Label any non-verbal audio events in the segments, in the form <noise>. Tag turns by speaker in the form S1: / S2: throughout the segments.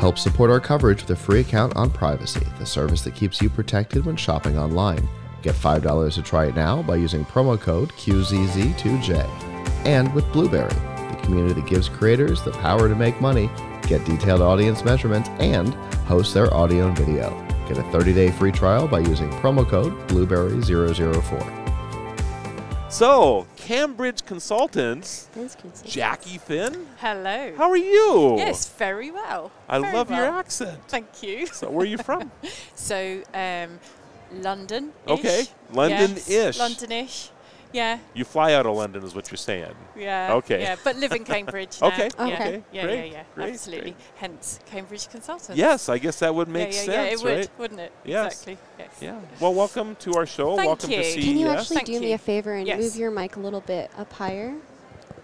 S1: Help support our coverage with a free account on Privacy, the service that keeps you protected when shopping online. Get $5 to try it now by using promo code QZZ2J. And with Blueberry, the community that gives creators the power to make money, get detailed audience measurements, and host their audio and video. Get a 30 day free trial by using promo code Blueberry004.
S2: So, Cambridge Consultants,
S3: Those kids.
S2: Jackie Finn,
S4: Hello.
S2: how are you?
S4: Yes, very well.
S2: I
S4: Very
S2: love your
S4: well.
S2: accent.
S4: Thank you.
S2: So, where are you from?
S4: <laughs> So, um, London.
S2: Okay, London-ish.
S4: Yes, London-ish. Yeah,
S2: you fly out of London, is what you're saying.
S4: yeah.
S2: Okay.
S4: Yeah, but
S2: <laughs>
S4: live in Cambridge. now.
S2: Okay,
S4: Yeah,
S3: okay,
S4: Yeah,
S2: great,
S4: yeah, yeah.
S2: great,
S4: Absolutely.
S2: great.
S4: Hence, Cambridge Consultants.
S2: Yes, I guess that would make
S4: yeah, yeah,
S2: sense,
S4: yeah, it would,
S2: right?
S4: wouldn't it?
S2: Yes.
S4: Exactly. Yes.
S2: Yeah. Well, welcome to our show.
S4: Thank
S2: welcome
S4: you.
S2: to E CES.
S4: Can
S3: Can you actually
S4: Thank
S3: do me
S4: you.
S3: a favor and
S4: Yes.
S3: move your mic a little bit
S2: <laughs>
S3: up higher?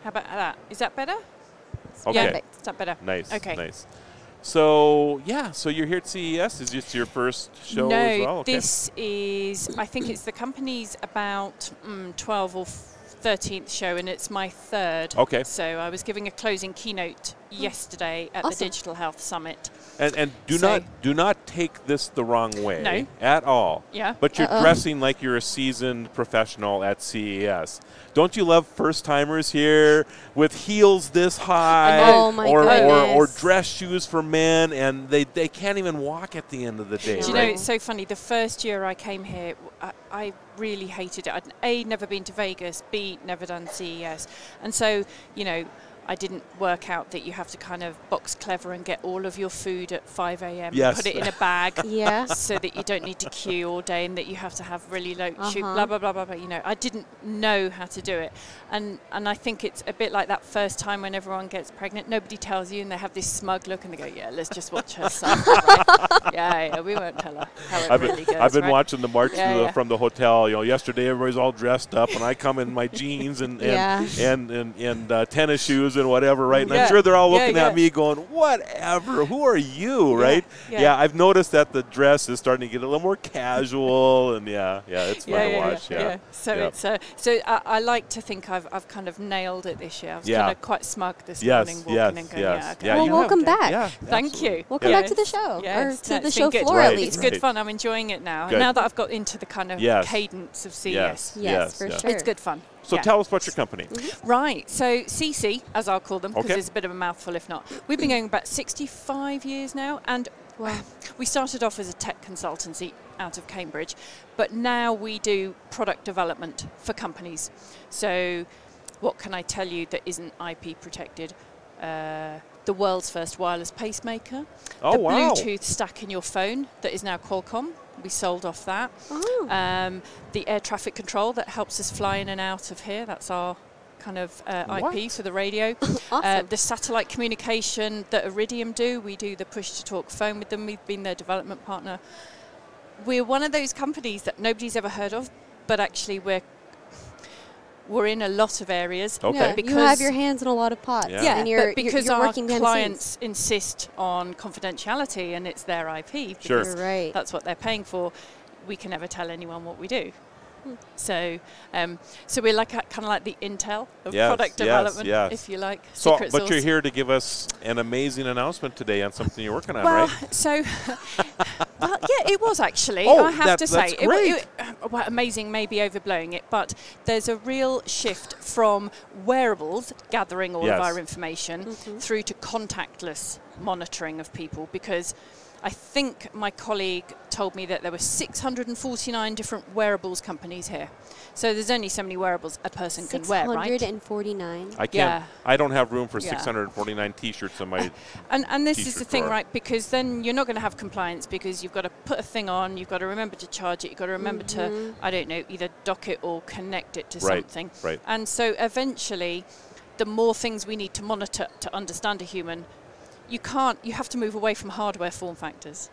S4: How about that? Is that better?
S2: Okay.
S4: Yeah, is that better?
S2: Nice.
S4: Okay.
S2: Nice. So yeah, so you're here at CES. Is this your first show
S4: no,
S2: as well? Okay.
S4: this is, I think it's the company's about mm, 12 or 13th show, and it's my third.
S2: Okay.
S4: So I was giving a closing keynote yesterday at the
S3: Awesome.
S4: Digital Health Summit.
S2: and and do
S4: so-
S2: not do not take this the wrong way
S4: No.
S2: at all.
S4: Yeah.
S2: But you're
S3: Uh-oh.
S2: dressing like you're a seasoned professional at CES. Don't you love first timers here with heels this high
S4: know.
S3: Oh my
S2: or, or or
S3: goodness.
S2: dress shoes for men and they, they can't even walk at the end of the day,
S4: Do you know,
S2: right?
S4: it's so funny. The first year I came here, w- I, I really hated it. I'd A, never been to Vegas, B, never done CES. And so, you know, I didn't work out that you have to kind of box clever and get all of your food at 5 a.m.
S2: Yes.
S4: and put it in
S2: <laughs>
S4: a bag.
S3: Yeah.
S4: so that you don't need to queue all day and that you have to have really low shoot,
S3: Uh-huh.
S4: blah blah blah blah blah. You know, I didn't know how to do it, and and I think it's a bit like that first time when everyone gets pregnant, nobody tells you, and they have this smug look, and they go, "Yeah, let's just watch her son."
S3: <laughs>
S4: right? yeah, yeah, we won't tell her how <laughs> it
S2: I've been,
S4: really goes.
S2: I've been
S4: right?
S2: watching the march
S4: Yeah,
S2: through the,
S4: yeah.
S2: from the hotel. You know, yesterday everybody's all dressed up, and I come in my jeans and and
S3: Yeah.
S2: and, and, and uh, tennis shoes and whatever, right? And I'm
S4: Yeah.
S2: sure they're all
S4: Yeah,
S2: looking
S4: yeah.
S2: at me, going, "Whatever, who are you?" Right?
S4: yeah.
S2: I've noticed that the dress is starting to get a little more casual, and yeah, yeah, it's fun to watch. Yeah,
S4: So
S2: Yeah.
S4: it's uh, so I, I like to think I've, I've kind of nailed it this year. I was
S2: Yeah.
S4: kind of quite smug this
S2: Yes,
S4: morning walking
S2: yes,
S4: and going,
S2: yes.
S4: yeah, okay.
S2: Yeah,
S3: well,
S2: you
S3: welcome back.
S2: Yeah,
S4: Thank
S2: absolutely.
S4: you.
S3: Welcome
S2: Yeah.
S3: back to the show,
S4: Yeah,
S3: or to
S4: it's- it's
S3: the
S4: been
S3: show
S4: good.
S3: floor
S2: Right.
S3: at
S4: It's
S3: least.
S4: good
S2: Right.
S4: fun. I'm enjoying it now.
S2: Good.
S4: Now that I've got into the kind of
S2: Yes.
S4: cadence of CES.
S2: Yes,
S3: Yes, for
S2: yes.
S3: sure.
S4: It's good fun.
S2: So
S4: Yeah. Mm-hmm.
S2: tell us about your company.
S4: Right, so CC, as I'll call them, because
S2: Okay.
S4: it's a bit of a mouthful if not. We've been going about 65 years now, and
S3: Wow.
S4: we started off as a tech consultancy out of Cambridge, but now we do product development for companies. So, what can I tell you that isn't IP protected? Uh, the world's first wireless pacemaker,
S2: Oh,
S4: the
S2: wow.
S4: Bluetooth stack in your phone that is now Qualcomm. We sold off that.
S3: Oh.
S4: Um, the air traffic control that helps us fly in and out of here. That's our kind of uh, IP
S2: What?
S4: for the
S3: <laughs>
S4: radio. Uh,
S3: Awesome.
S4: the satellite communication that Iridium do, we do the push to talk phone with them. We've been their development partner. We're one of those companies that nobody's ever heard of, but actually we're we're in a lot of areas.
S2: Okay.
S3: Yeah,
S4: because
S3: you have your hands in a lot of pots,
S2: Yeah.
S4: yeah,
S3: and you're,
S4: but
S3: you're-
S4: because
S3: you're
S4: our
S3: working behind the scenes.
S4: clients insist on confidentiality and it's their IP.
S2: Sure.
S4: because
S3: You're right.
S4: that's what they're paying for. We can never tell anyone what we do. So, um, so we're like kind of like the Intel
S2: Yes,
S4: of
S2: yes,
S4: product development,
S2: yes.
S4: if you like.
S2: So,
S4: secret
S2: but you're
S4: sauce.
S2: here to give us an amazing announcement today on something you're working on,
S4: Well,
S2: right?
S4: <laughs> so well, yeah, it was actually.
S2: Oh,
S4: I have
S2: that-
S4: to
S2: that's
S4: say, It wa-
S2: great.
S4: It, uh, well, amazing, maybe overblowing it, but there's a real shift from wearables gathering all
S2: Yes.
S4: of our information through to contactless monitoring of people because. I think my colleague told me that there were 649 different wearables companies here. So there's only so many wearables a person can wear, right?
S3: 649.
S2: I can't.
S4: Yeah.
S2: I don't have room for
S4: Yeah.
S2: 649 T-shirts in
S4: <laughs>
S2: my.
S4: And, and this is the
S2: T-shirt
S4: thing,
S2: drawer.
S4: right? Because then you're not going to have compliance because you've got to put a thing on, you've got to remember to charge it, you've got to remember to, I don't know, either dock it or connect it to
S2: Right,
S4: something.
S2: right.
S4: And so eventually, the more things we need to monitor to understand a human, you can't, you have to move away from hardware form factors.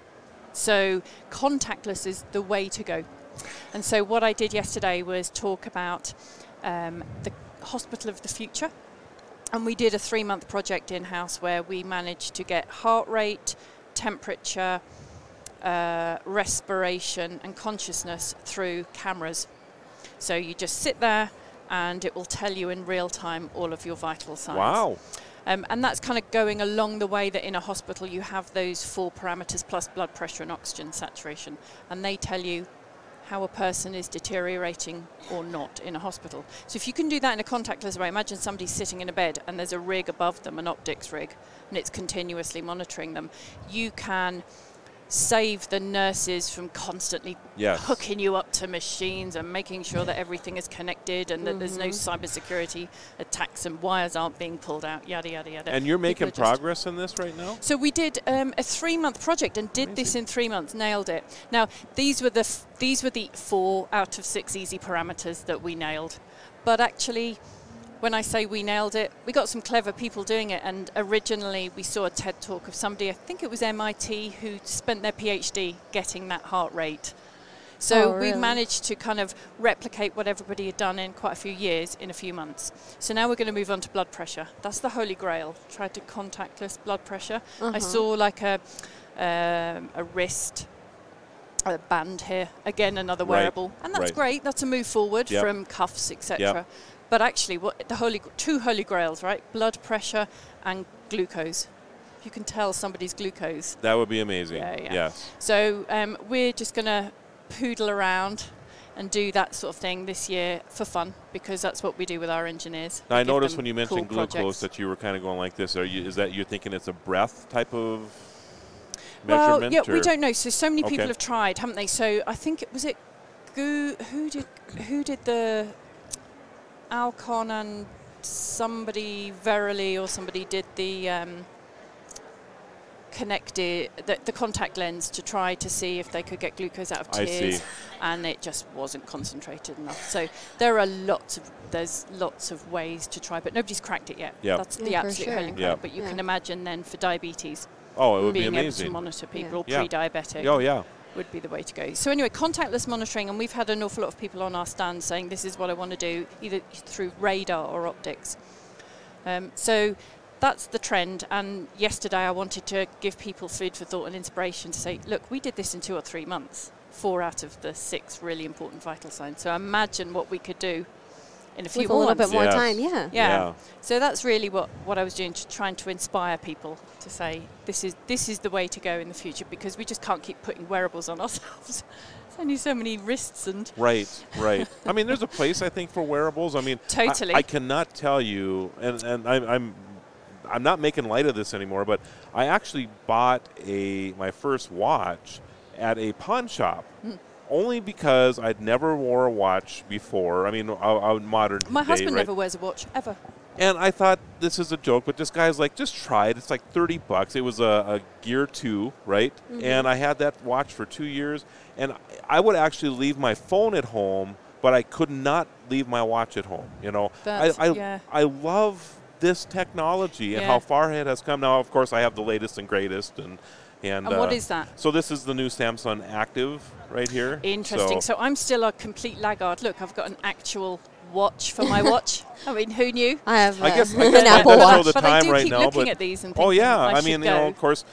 S4: So contactless is the way to go. And so what I did yesterday was talk about um, the hospital of the future. And we did a three month project in house where we managed to get heart rate, temperature, uh, respiration, and consciousness through cameras. So you just sit there and it will tell you in real time all of your vital signs.
S2: Wow.
S4: Um, and that's kind of going along the way that in a hospital you have those four parameters plus blood pressure and oxygen saturation, and they tell you how a person is deteriorating or not in a hospital. So if you can do that in a contactless way, imagine somebody sitting in a bed and there's a rig above them, an optics rig, and it's continuously monitoring them. You can save the nurses from constantly
S2: Yes.
S4: hooking you up to machines and making sure that everything is connected and that there's no cybersecurity attacks and wires aren't being pulled out, yada, yada, yada.
S2: And you're
S4: People
S2: making
S4: are just-
S2: progress in this right now?
S4: so we did um, a three-month project and did this
S2: Amazing.
S4: in three months. Nailed it. Now these were the f- these were the four out of six easy parameters that we nailed, but actually. When I say we nailed it, we got some clever people doing it. And originally, we saw a TED talk of somebody, I think it was MIT, who spent their PhD getting that heart rate.
S3: Oh,
S4: So we
S3: really?
S4: managed to kind of replicate what everybody had done in quite a few years in a few months. So now we're going to move on to blood pressure. That's the holy grail. Tried to contactless blood pressure. I
S3: Uh-huh.
S4: saw like a um, a wrist a band here. Again, another
S2: Right,
S4: wearable, and that's
S2: right.
S4: great. That's a move forward
S2: Yep.
S4: from cuffs, etc.
S2: Yep.
S4: But actually, what the holy two holy grails, right? Blood pressure and glucose. If you can tell somebody's glucose,
S2: That would be amazing.
S4: Yeah, yeah.
S2: Yes.
S4: so um, we're just going to poodle around and do that sort of thing this year for fun because that's what we do with our engineers.
S2: Now, I noticed when you mentioned glucose that you were kind of going like this. Are you, is that you're thinking it's a breath type of
S4: well,
S2: measurement?
S4: yeah, we
S2: or-
S4: don't know. So so many people
S2: Okay.
S4: have tried, haven't they? So I think it was it Goo, who did who did the Alcon and somebody Verily or somebody did the. Um, connected the, the contact lens to try to see if they could get glucose out of
S2: I
S4: tears
S2: see.
S4: and it just wasn't concentrated enough so there are lots of there's lots of ways to try but nobody's cracked it yet
S2: Yeah.
S4: that's the
S3: Yeah, for
S4: absolute
S3: sure.
S4: holy grail
S2: Yeah.
S4: but you
S3: Yeah.
S4: can imagine then for diabetes
S2: Oh, it would be
S4: being able to
S2: amazing.
S4: monitor people
S2: Yeah.
S4: or pre-diabetic
S2: Oh, yeah.
S4: would be the way to go. So anyway, contactless monitoring, and we've had an awful lot of people on our stand saying this is what I want to do, either through radar or optics. Um, so that's the trend. And yesterday, I wanted to give people food for thought and inspiration to say, look, we did this in two or three months. Four out of the six really important vital signs. So imagine what we could do in a few
S3: With a little
S4: months.
S3: bit more
S2: Yes.
S3: time, yeah.
S4: Yeah.
S2: Yeah.
S4: So that's really what, what I was doing, to trying to inspire people to say this is this is the way to go in the future because we just can't keep putting wearables on <laughs> ourselves. There's only so many wrists and
S2: Right, right. I mean, there's a place I think for wearables. I mean, I-
S4: Totally.
S2: I, cannot tell you, and and I'm, I'm I'm not making light of this anymore, but I actually bought a my first watch at a pawn shop.
S4: Hmm.
S2: Only because I'd never wore a watch before. I mean, a, a modern
S4: my
S2: day,
S4: husband
S2: right?
S4: never wears a watch ever.
S2: And I thought this is a joke, but this guy's like, just try it. It's like 30 bucks. It was a, a Gear 2, right?
S4: Mm-hmm.
S2: And I had that watch for two years. And I would actually leave my phone at home, but I could not leave my watch at home. You know,
S4: That's-
S2: I, I,
S4: yeah.
S2: I love this technology and
S4: Yeah.
S2: how far it has come. Now, of course, I have the latest and greatest. And, and,
S4: And what
S2: uh,
S4: is that?
S2: So, this is the new Samsung Active right here.
S4: Interesting.
S2: So,
S4: So, I'm still a complete laggard. Look, I've got an actual watch for my
S2: <laughs>
S4: watch. I mean, who knew?
S3: I have
S2: I
S3: uh, <laughs>
S2: guess I
S3: an
S2: guess I
S3: Apple
S2: don't know
S3: Watch.
S2: the
S4: But I
S2: time
S4: do
S2: right
S4: keep
S2: now,
S4: looking
S2: but
S4: at these and
S2: oh
S4: thinking,
S2: yeah,
S4: I
S2: I
S4: should
S2: mean, you know,
S4: go.
S2: of course,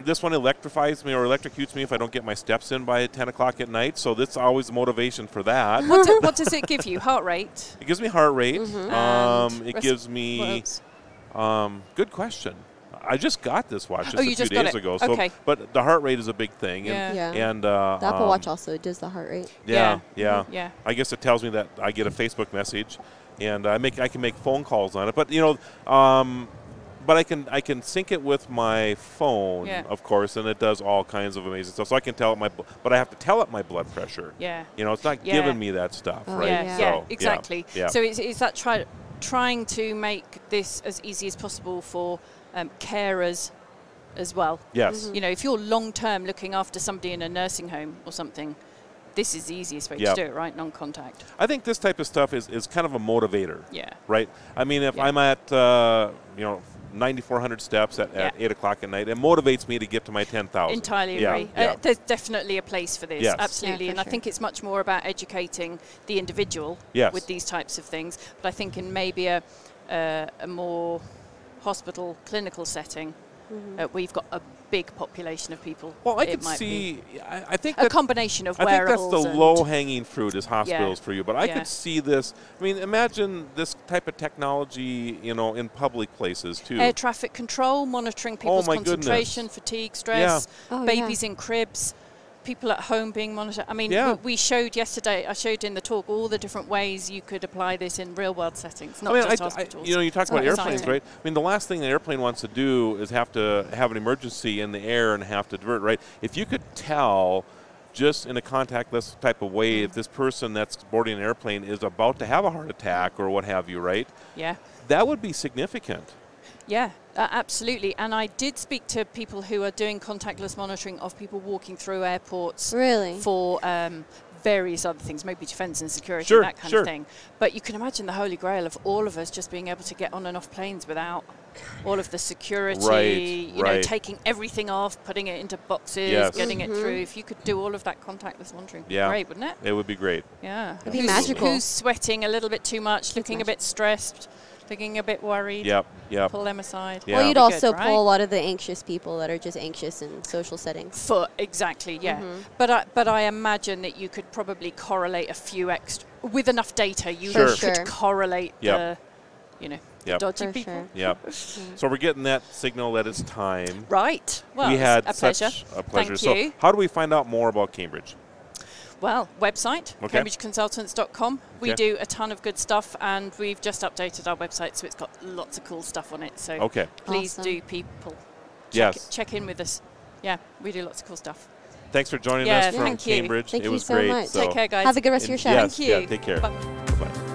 S2: this one electrifies me or electrocutes me if I don't get my steps in by 10 o'clock at night. So that's always motivation for
S3: <laughs>
S2: that.
S4: What, do- what does it give you? Heart rate.
S2: it gives me heart rate.
S3: Mm-hmm.
S2: Um,
S4: And
S2: it
S4: res-
S2: gives
S4: What
S2: me.
S4: else?
S2: Um, good question. I just got this watch just
S4: Oh,
S2: a
S4: you
S2: few
S4: just got
S2: days
S4: it.
S2: ago. So,
S4: Okay.
S2: but the heart rate is a big thing.
S4: Yeah.
S2: And,
S3: Yeah.
S2: And uh,
S3: The Apple
S2: um,
S3: Watch also does the heart rate.
S2: Yeah, yeah,
S4: Yeah. Yeah.
S2: I guess it tells me that I get a Facebook message, and I make I can make phone calls on it. But you know, um, but I can I can sync it with my phone,
S4: Yeah.
S2: of course, and it does all kinds of amazing stuff. So I can tell it my, bl- but I have to tell it my blood pressure.
S4: Yeah.
S2: You know, it's not
S4: Yeah.
S2: giving me that stuff,
S3: Oh,
S2: right?
S4: Yeah,
S3: Yeah.
S4: yeah,
S2: So,
S4: exactly.
S2: Yeah.
S4: So it's, it's that try, trying to make this as easy as possible for um, carers as well.
S2: yes.
S4: You know, if you're long term looking after somebody in a nursing home or something, this is the easiest way
S2: Yeah.
S4: to do it, right? Non contact.
S2: I think this type of stuff is, is kind of a motivator.
S4: Yeah.
S2: Right. I mean, if
S4: Yeah.
S2: I'm at uh, you know 9,400 steps at, at
S4: Yeah.
S2: eight o'clock at night, it motivates me to get to my 10,000.
S4: Entirely
S2: Yeah,
S4: agree.
S2: yeah.
S4: Uh, there's definitely a place for this,
S2: Yes.
S4: absolutely.
S3: Yeah, for
S4: and I
S3: sure.
S4: think it's much more about educating the individual
S2: Yes.
S4: with these types of things. But I think in maybe a,
S3: Mm-hmm.
S4: uh, a more hospital clinical setting, uh, we've got a big population of people.
S2: Well, I
S4: it
S2: could
S4: might be.
S2: see. I, I think
S4: a
S2: that,
S4: combination of
S2: I think that's
S4: wearables.
S2: the
S4: and-
S2: low hanging fruit is hospitals
S4: Yeah.
S2: for you. But I
S4: Yeah.
S2: could see this. I mean, imagine this type of technology, you know, in public places too.
S4: Air traffic control, monitoring
S2: Oh
S4: people's
S2: my goodness.
S4: concentration, fatigue, stress,
S3: Oh, yeah.
S4: babies in cribs, people at home being monitored. I mean,
S2: Yeah.
S4: we, we showed yesterday, I showed in the talk all the different ways you could apply this in real world settings, not
S2: I mean,
S4: just
S2: I- I-
S4: hospitals.
S2: you know, you talk
S4: It's
S2: about
S4: not just
S2: airplanes,
S4: hospital.
S2: right? I mean, the last thing an airplane wants to do is have to have an emergency in the air and have to divert, right? If you could tell just in a contactless type of way
S4: Mm-hmm.
S2: if this person that's boarding an airplane is about to have a heart attack or what have you, right?
S4: Yeah.
S2: That would be significant.
S4: Yeah, uh, absolutely. And I did speak to people who are doing contactless monitoring of people walking through airports
S3: Really?
S4: for um, various other things, maybe defence and security,
S2: Sure,
S4: that kind
S2: sure.
S4: of thing. But you can imagine the holy grail of all of us just being able to get on and off planes without all of the security,
S2: Right,
S4: you know,
S2: right.
S4: taking everything off, putting it into boxes,
S2: Yes.
S4: getting it through.
S3: Mm-hmm.
S4: If you could do all of that contactless monitoring,
S2: Yeah.
S4: great, wouldn't it?
S2: It would be great.
S4: Yeah.
S3: It'd be
S4: Who's-
S3: magical.
S4: Who's sweating a little bit too much, looking a
S3: magic.
S4: bit stressed, looking a bit worried?
S2: Yep, yep.
S4: Pull them aside.
S2: Yeah.
S3: Well, you'd
S4: Good,
S3: also
S4: right?
S3: pull a lot of the anxious people that are just anxious in social settings.
S4: For exactly, yeah.
S3: Mm-hmm.
S4: But I, but I imagine that you could probably correlate a few extra with enough data. You
S2: Sure.
S4: could
S3: Sure.
S4: correlate
S2: Yep.
S4: the, you know, the
S2: Yep.
S4: dodgy
S3: For
S4: people.
S3: sure.
S2: Yep. so we're getting that signal that it's time.
S4: Right. Well,
S2: we
S4: it's
S2: had
S4: a
S2: such
S4: pleasure.
S2: a pleasure.
S4: Thank you.
S2: So, how do we find out more about Cambridge?
S4: Well, website
S2: Okay.
S4: cambridgeconsultants.com. We
S2: Okay.
S4: do a ton of good stuff, and we've just updated our website, so it's got lots of cool stuff on it. So
S2: Okay.
S4: please
S3: Awesome.
S4: do people check,
S2: Oh. Yes.
S4: check in with us. Yeah, we do lots of cool stuff.
S2: Thanks for joining
S4: Yeah,
S2: us from
S4: thank you.
S2: Cambridge.
S3: Thank
S2: it
S3: you
S2: was
S3: so
S2: great.
S3: much.
S2: So
S4: Take care, guys.
S3: Have a good rest of
S2: and
S3: your show.
S2: yes,
S4: Thank you.
S2: yeah, take care.
S4: Bye.
S2: Bye-bye.